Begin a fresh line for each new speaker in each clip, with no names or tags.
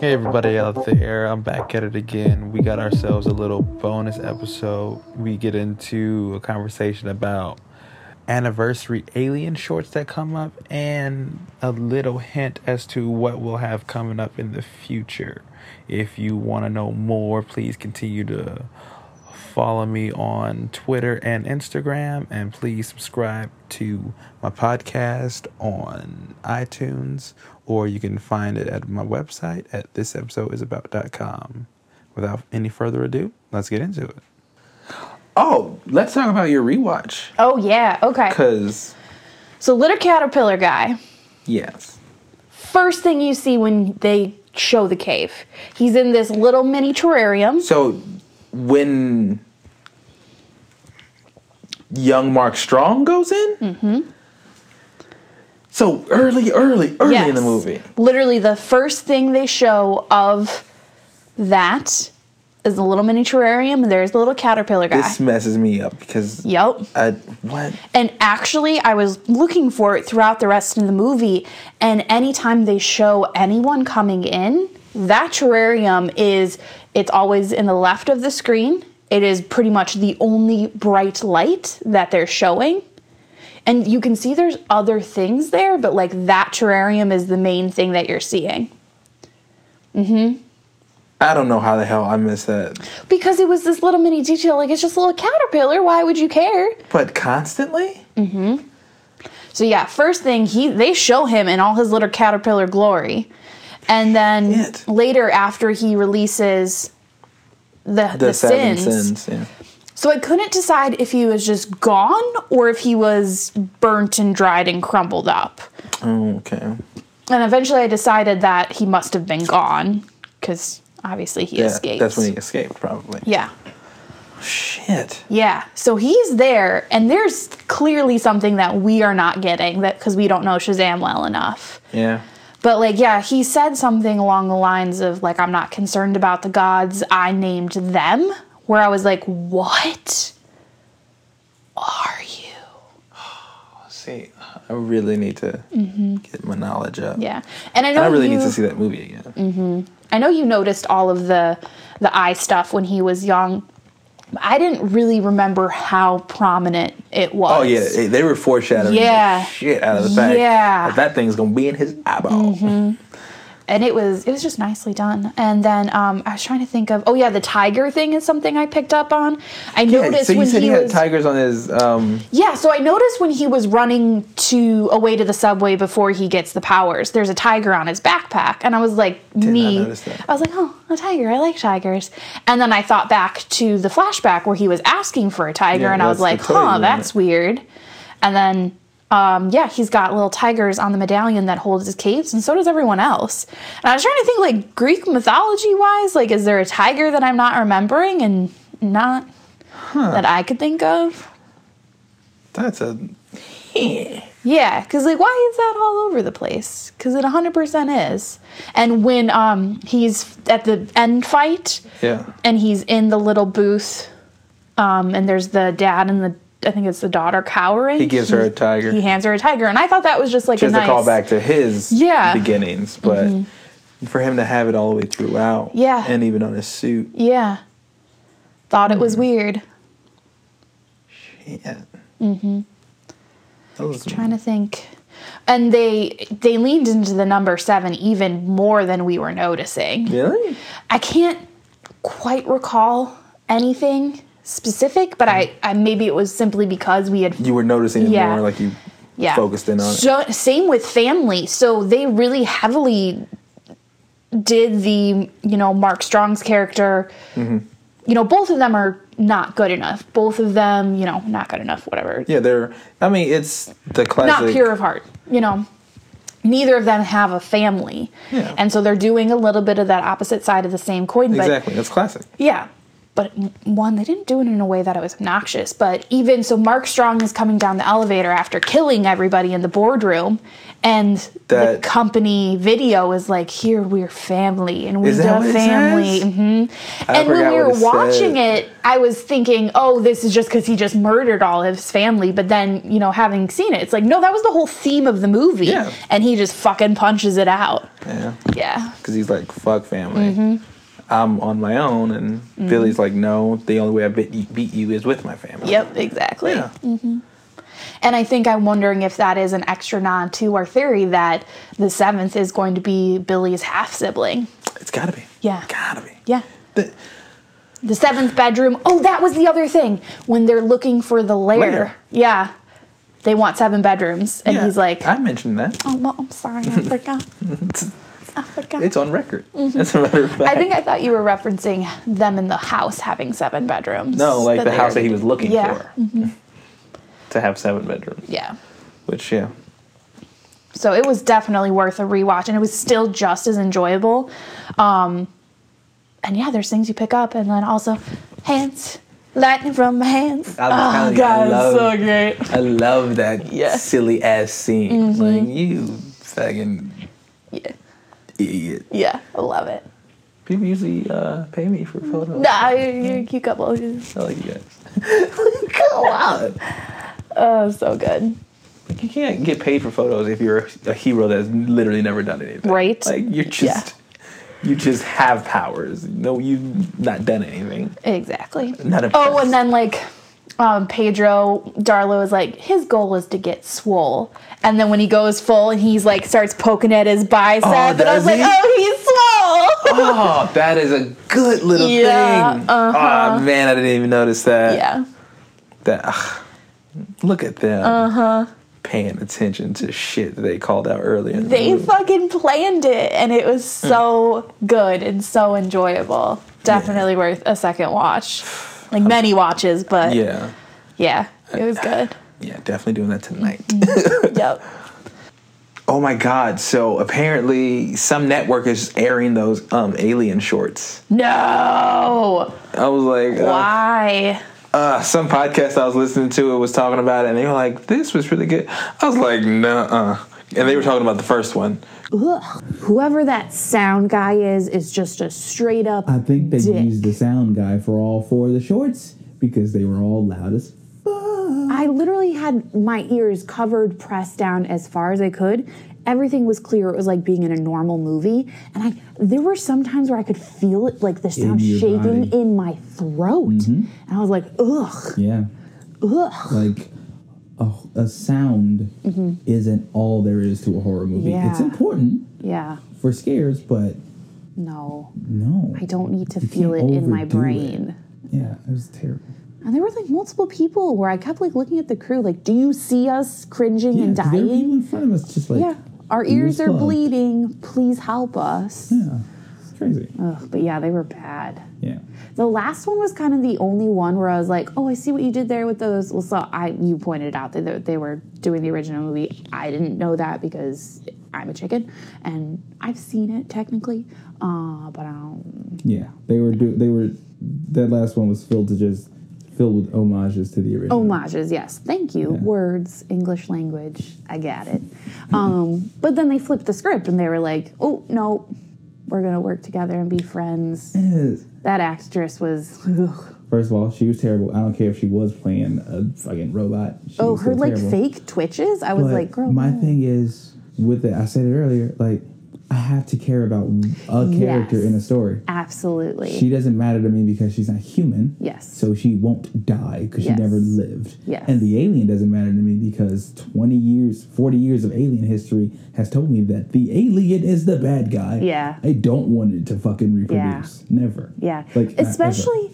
Hey everybody out there, I'm back at it again. We got ourselves a little bonus episode. We get into a conversation about anniversary alien shorts that come up and a little hint as to what we'll have coming up in the future. If you want to know more, please continue to follow me on Twitter and Instagram and please subscribe to my podcast on iTunes or you can find it at my website at thisepisodeisabout.com. Without any further ado, let's get into it. Oh, let's talk about your rewatch.
Oh yeah. Okay.
Because,
So litter caterpillar guy.
yes.
First thing you see when they show the cave, he's in this little mini terrarium.
So, when young Mark Strong goes in? Mm-hmm. So, early, early, early in the
Yes.
movie.
Literally the first thing they show of that is the little mini terrarium and there's the little caterpillar guy.
This messes me up because.
Yup.
I, what?
And actually, I was looking for it throughout the rest of the movie. And anytime they show anyone coming in, that terrarium is, it's always in the left of the screen. It is pretty much the only bright light that they're showing. And you can see there's other things there, but like that terrarium is the main thing that you're seeing.
I don't know how the hell I missed that.
Because it was this little mini detail, like it's just a little caterpillar. Why would you care?
But constantly?
So yeah, first thing he they show him in all his little caterpillar glory, and then
Shit.
later after he releases the the,
The, seven
sins.
sins. Yeah.
So I couldn't decide if he was just gone or if he was burnt and dried and crumbled up.
Oh, okay.
And eventually, I decided that he must have been gone because obviously he
Yeah,
escaped.
That's when he escaped, probably.
yeah.
Shit.
Yeah, so he's there, and there's clearly something that we are not getting that because we don't know Shazam well enough.
Yeah.
But like, yeah, he said something along the lines of like, "I'm not concerned about the gods. I named them." Where I was like, "What are you?"
See, I really need to get my knowledge up.
Mm-hmm. Yeah, Mm. and I know
And I really
you,
need to see that movie again.
I know you noticed all of the the eye stuff when he was young. I didn't really remember how prominent it was.
Oh yeah, they- they were foreshadowing
Yeah.
the shit out of the fact
Yeah. Mm-hmm.
that that thing's gonna be in his eyeball.
and it was it was just nicely done. And then um, I was trying to think of oh yeah, the tiger thing is something I picked up on. I
Yeah,
noticed
so you
when
said
he
he had
was
tigers on his. Um,
Yeah, so I noticed when he was running to away to the subway before he gets the powers, there's a tiger on his backpack, and I was like, me,
notice that.
I was like, oh, a tiger, I like tigers. And then I thought back to the flashback where he was asking for a tiger,
Yeah,
and I
that's
was
the
like,
tiger
huh,
one.
that's weird. And then, um, yeah, he's got little tigers on the medallion that holds his caves, and so does everyone else. And I was trying to think, like Greek mythology wise, like is there a tiger that I'm not remembering and not that I could think of?
that's a.
Yeah, because like, why is that all over the place? Because it 100% is. And when um he's at the end fight,
Yeah.
and he's in the little booth, um, and there's the dad and the I think it's the daughter cowering.
He gives her a tiger.
He hands her a tiger, and I thought that was just like
Just
a
a
nice
callback to his
Yeah. Mm-hmm.
beginnings, but for him to have it all the way throughout,
Yeah.
and even on his suit,
Yeah, thought it
Hmm.
was weird.
yeah. Mm-hmm.
Trying to think, and they they leaned into the number seven even more than we were noticing.
really.
I can't quite recall anything specific, but I, I maybe it was simply because we had
You were noticing it
Yeah.
more, like you
yeah
focused in on it.
So, same with family. So they really heavily did the you know Mark Strong's character.
Mm-hmm.
You know, both of them are not good enough. Both of them, you know, not good enough. Whatever.
Yeah, they're. I mean, it's the classic.
not pure of heart. You know, neither of them have a family,
Yeah.
and so they're doing a little bit of that opposite side of the same coin. But
Exactly, that's classic.
Yeah. but one they didn't do it in a way that it was obnoxious but even so mark strong is coming down the elevator after killing everybody in the boardroom and
That-
the company video is like here we're family and we're
Is that what it
family
says?
hmm
I
and when
forgot
we
what
were
it
watching
said.
it i was thinking oh this is just because he just murdered all of his family but then you know having seen it it's like no that was the whole theme of the movie
Yeah.
and he just fucking punches it out
Yeah.
yeah
Because he's like, fuck family.
Mm-hmm.
I'm on my own. And Billy's like, no, the only way I beat you, beat you is with my family.
yep exactly
Yeah.
And I think I'm wondering if that is an extra nod to our theory that the seventh is going to be Billy's half sibling.
It's got to be.
Yeah.
Got to be.
Yeah.
The-
The seventh bedroom. Oh, that was the other thing. When they're looking for the lair.
Lair.
Yeah. They want seven bedrooms. And
yeah,
he's like,
I mentioned that.
oh, well, I'm sorry. I forgot. I forgot.
It's on record. As a matter of fact.
Mm-hmm. I think I thought you were referencing them in the house having seven bedrooms.
no, like
but
the
they
house that
already-
he was looking
Yeah. Mm-hmm.
for to have seven bedrooms.
Yeah.
Which, yeah.
So it was definitely worth a rewatch, and it was still just as enjoyable. Um, and yeah, there's things you pick up, and then also hands, lightning from my hands.
I'm telling
Oh
you, I
god, it's
love-
so great.
I love that
Yeah.
silly ass scene. Like, you fucking
Mm-hmm. Yeah,
idiot.
yeah, I love it.
People usually uh, pay me for photos.
Nah, you, you couple, is-
I like you guys. Go on.
oh, so good.
Like, you can't get paid for photos if you're a, a hero that's literally never done anything.
Right.
Like you're just you just have powers. No, you've not done anything.
Exactly.
Not impressed.
Oh, and then like um, Pedro Darlo is like his goal is to get swole, and then when he goes full and he's like starts poking at his bicep, and I
does
was like,
he?
oh, he's swole.
oh, that is a good little
Yeah, uh-huh.
thing. Oh man, I didn't even notice that.
yeah.
That ugh, look at them. Uh-huh. Paying attention to shit that they called out earlier. in the
They
movie.
fucking planned it and it was so good and so enjoyable. Definitely worth a second watch. Like many watches, but yeah,
yeah.
it was good.
Yeah, definitely doing that tonight.
Mm-hmm. yep.
Oh my god, so apparently some network is airing those um alien shorts.
No.
I was like, uh,
Why?
uh, some podcast I was listening to it was talking about it, and they were like, "This was really good." I was like, "Nah," and they were talking about the first one.
Whoever that sound guy is is just a straight up.
I think they
dick.
used the sound guy for all four of the shorts because they were all loud as fuck.
I literally had my ears covered, pressed down as far as I could. Everything was clear. It was like being in a normal movie, and I there were some times where I could feel it, like the sound
your
shaking
body. Mm-hmm.
in my throat, and I was like, ugh,
Yeah,
ugh.
like a, a sound isn't all there is to a horror movie. It's
Mm-hmm. Yeah.
important
Yeah,
for scares, but
no,
no,
I don't need to
You
feel it
can't
in my
overdo it.
brain.
Yeah, it was terrible.
And there were like multiple people where I kept like looking at the crew, like, do you see us cringing
Yeah,
and
'cause there were
dying?
people in front of us just like
Yeah. Our ears are
plugged.
bleeding. Please help us.
Yeah, it's crazy.
Ugh, but yeah, they were bad.
yeah,
The last one was kind of the only one where I was like, "Oh, I see what you did there with those." Well, so I you pointed out that they- they were doing the original movie. I didn't know that because I'm a chicken and I've seen it technically, uh, but I don't.
yeah, they were do they were that last one was filled to just filled with homages to the original.
homages yes thank you words english language i got it um, but then they flipped the script and they were like oh no we're gonna work together and be friends
Yes.
that actress was
First of all, she was terrible. I don't care if she was playing a fucking robot. She
oh
was
her
still
like
terrible.
fake twitches i was
But
like girl
my
no.
thing is with it. I said it earlier. Like, I have to care about a character
Yes.
in a story.
absolutely
She doesn't matter to me because she's not human.
Yes.
So she won't die because
Yes.
she never lived.
Yes.
And the alien doesn't matter to me because 20 years, 40 years of alien history has told me that the alien is the bad guy.
Yeah.
I don't want it to fucking reproduce. Never.
yeah
Like, not ever.
especially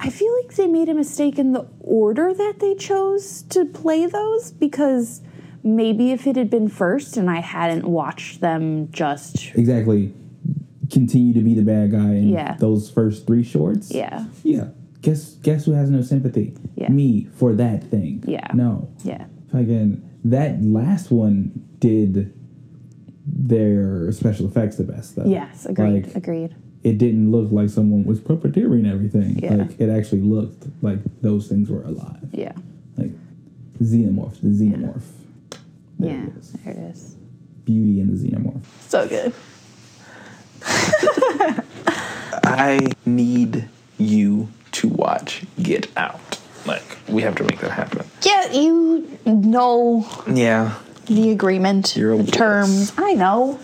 i feel like they made a mistake in the order that they chose to play those because maybe if it had been first and i hadn't watched them just
exactly continue to be the bad guy in
Yeah.
those first three shorts.
Yeah.
Yeah. Guess guess who has no sympathy?
Yeah.
Me for that thing.
Yeah.
No.
yeah
Fucking that last one did their special effects the best though.
Yes, agreed,
Like,
agreed.
it didn't look like someone was puppeteering everything.
Yeah.
Like it actually looked like those things were alive.
Yeah.
Like xenomorph, the xenomorph. There
yeah.
it is.
There it is.
Beauty and the xenomorph.
So good.
I need you to watch Get Out. Like, we have to make that happen.
Yeah, you know
Yeah.
the agreement,
You're a
the terms. I know.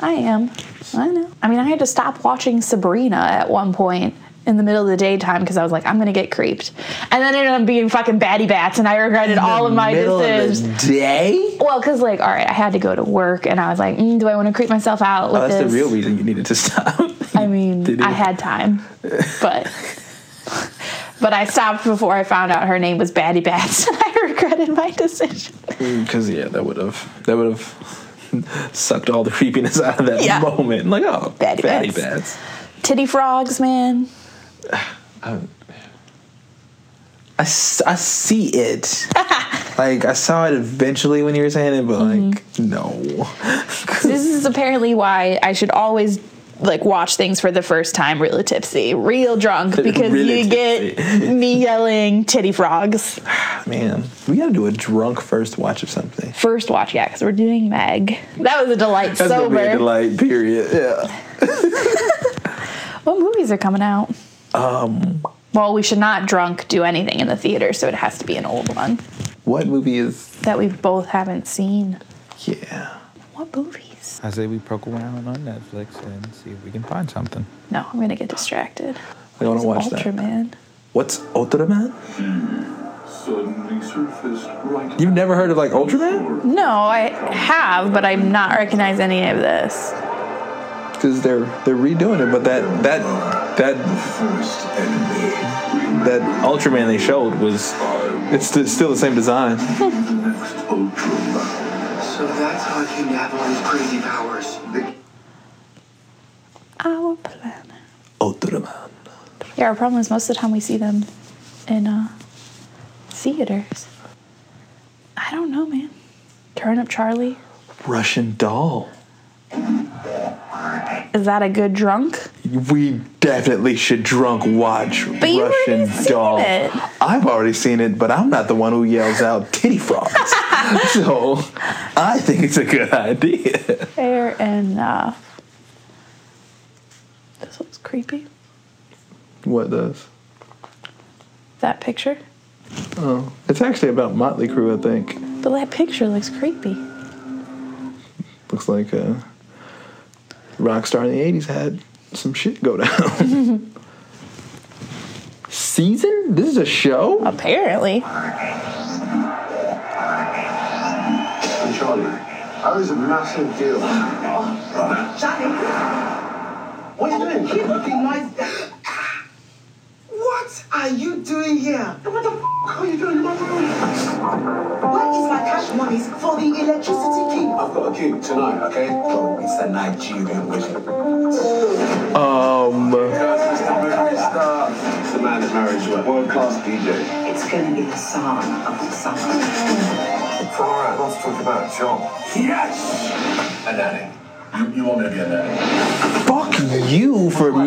I am. I know. I mean, I had to stop watching Sabrina at one point in the middle of the daytime because I was like, I'm gonna get creeped, and then it ended up being fucking batty bats, and I regretted all of my
Middle
decisions.
of the day?
well, because like, all right, I had to go to work, and I was like, mm, do I want to creep myself out with
Oh, that's
this?
the real reason you needed to stop.
I mean,
Did
I
you?
had time, but but I stopped before I found out her name was Batty Bats, and I regretted my decision.
Because, yeah, that would have, that would have sucked all the creepiness out of that
Yeah.
moment. Like, oh,
Batty
fatty
bats.
bats.
Titty frogs, man.
I, s- I see it. like, I saw it eventually when you were saying it, but, like,
Mm-hmm.
no.
This is apparently why I should always like watch things for the first time real tipsy, real drunk, because
Really
you get
tipsy.
me yelling titty frogs.
Man, we gotta do a drunk first watch of something.
First watch, yeah, because we're doing Meg. That was a delight
That's
sober.
gonna be a delight, period. Yeah.
What movies are coming out? Um. Well, we should not drunk do anything in the theater, so it has to be an old one
What movie is.
that we both haven't seen.
Yeah.
What movies?
I say we poke around on Netflix and see if we can find something.
No, I'm gonna get distracted.
I don't wanna watch that.
Ultraman.
What's Ultraman?
suddenly surfaced right
You've never heard of like Ultraman?
No, I have, but I'm not recognize any of this.
Because they're they're redoing it, but that that that
first enemy.
that Ultraman they showed was it's st- still the same design.
Ultraman.
So that's how I came to have all these crazy powers. The
Our planet.
Ultraman.
Yeah, our problem is most of the time we see them in uh, theaters. I don't know, man. Turn up Charlie.
Russian doll.
Is that a good drunk?
We definitely should drunk watch
But you've already
Russian
seen
doll.
it.
I've already seen it, but I'm not the one who yells out titty frogs. so I think it's a good idea.
Fair enough. uh, This looks creepy.
What does?
That picture.
It's actually about Motley Crue, I think.
But that picture looks creepy.
Looks like a rock star in the 80s had some shit go down. Season? This is a show?
Apparently.
Charlie, I was a massive deal.
Johnny,
What are you doing?
keep looking nice.
What are you doing here?
What the f-
What are you doing? What are you doing?
Where is my cash monies for the electricity key?
I've got a gig tonight, okay? Oh, it's the Nigerian wedding.
Um,
It's the movie star. It's the man of marriage work. World class DJ.
It's gonna be the song of the summer.
It's alright, let's talk about John. Yes! A nanny. You, you want me to be a nanny?
fuck you for.
What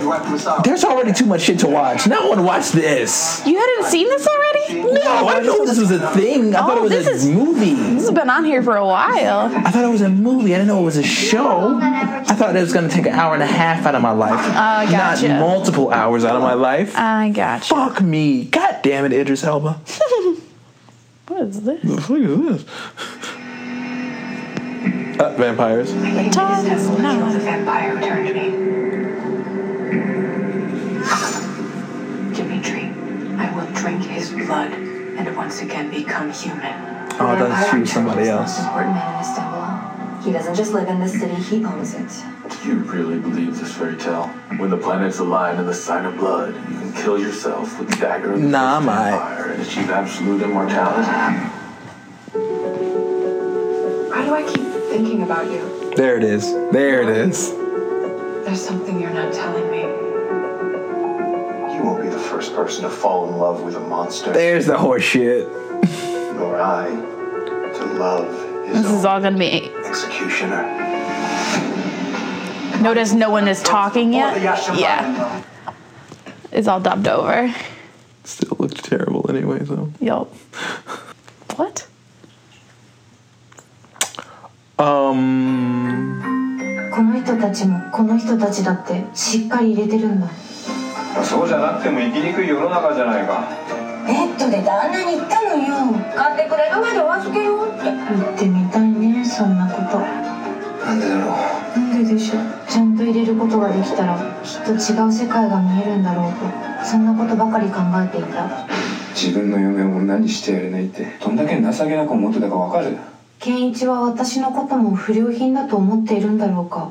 do I have to start?
There's already too much shit to watch. Now I want to watch this.
You hadn't seen this already?
No, I didn't know this was a thing. I thought
Oh,
it was
this
a
is-
movie.
This has been on here for a while.
I thought it was a movie. I didn't know it was a show. I thought it was going to take an hour and a half out of my life.
Uh, gotcha.
Not multiple hours out of my life.
I got you.
Fuck me. God damn it, Idris Elba.
What is this?
the fuck is this? Uh, vampires.
Tom is not.
vampire returned to me. Dimitri, I will drink his blood and once again become human.
Oh, I thought she was somebody else.
important man in Istanbul. He doesn't just live in this city, he owns it.
You really believe this fairy tale? When the planets align in the sign of blood, you can kill yourself with the dagger of the
Nah,
first
mate.
vampire and achieve absolute immortality.
Why do I keep thinking about you?
There it is. There it is.
There's something you're not telling me.
You won't be the first person to fall in love with a monster,
There's the horse shit.
nor I to love his
Hmm.
This is
own
all gonna be
executioner.
Notice no one is talking yet. Yeah,
Yeah.
it's all dubbed over.
Still looks terrible anyway, though.
Yup. What?
Um,
この人たちもこの人たちだってしっかり入れてるんだ
そうじゃなくても生きにくい世の中じゃないか。
ベッドで旦那に言ったのよ買ってくれるまでお預けよって言ってみたいねそんなこと
なんでだろう。
なんででしょうちゃんと入れることができたらきっと違う世界が見えるんだろうとそんなことばかり考えていた
自分の夢を女にしてやれないって、どんだけ情けなく思ってたかわかる。
健一は私のことも不良品だと思っているんだろうか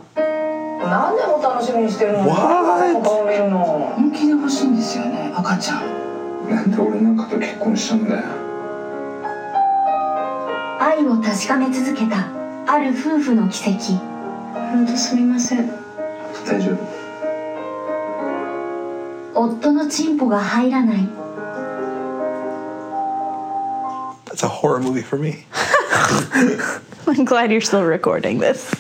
何でも楽しみにしてるのに顔見るの本気で欲しいんですよね赤ちゃん
なんで俺なんかと結婚したんだよ。
愛を確かめ続けたある夫婦の奇跡本当すみません
大丈夫。
夫のチンポが入らない
that's a horror movie for me.
I'm glad you're still recording this.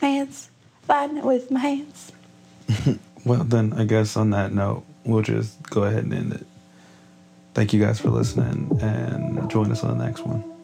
Hands, fun with my hands.
Well, then I guess on that note, we'll just go ahead and end it. Thank you guys for listening and join us on the next one.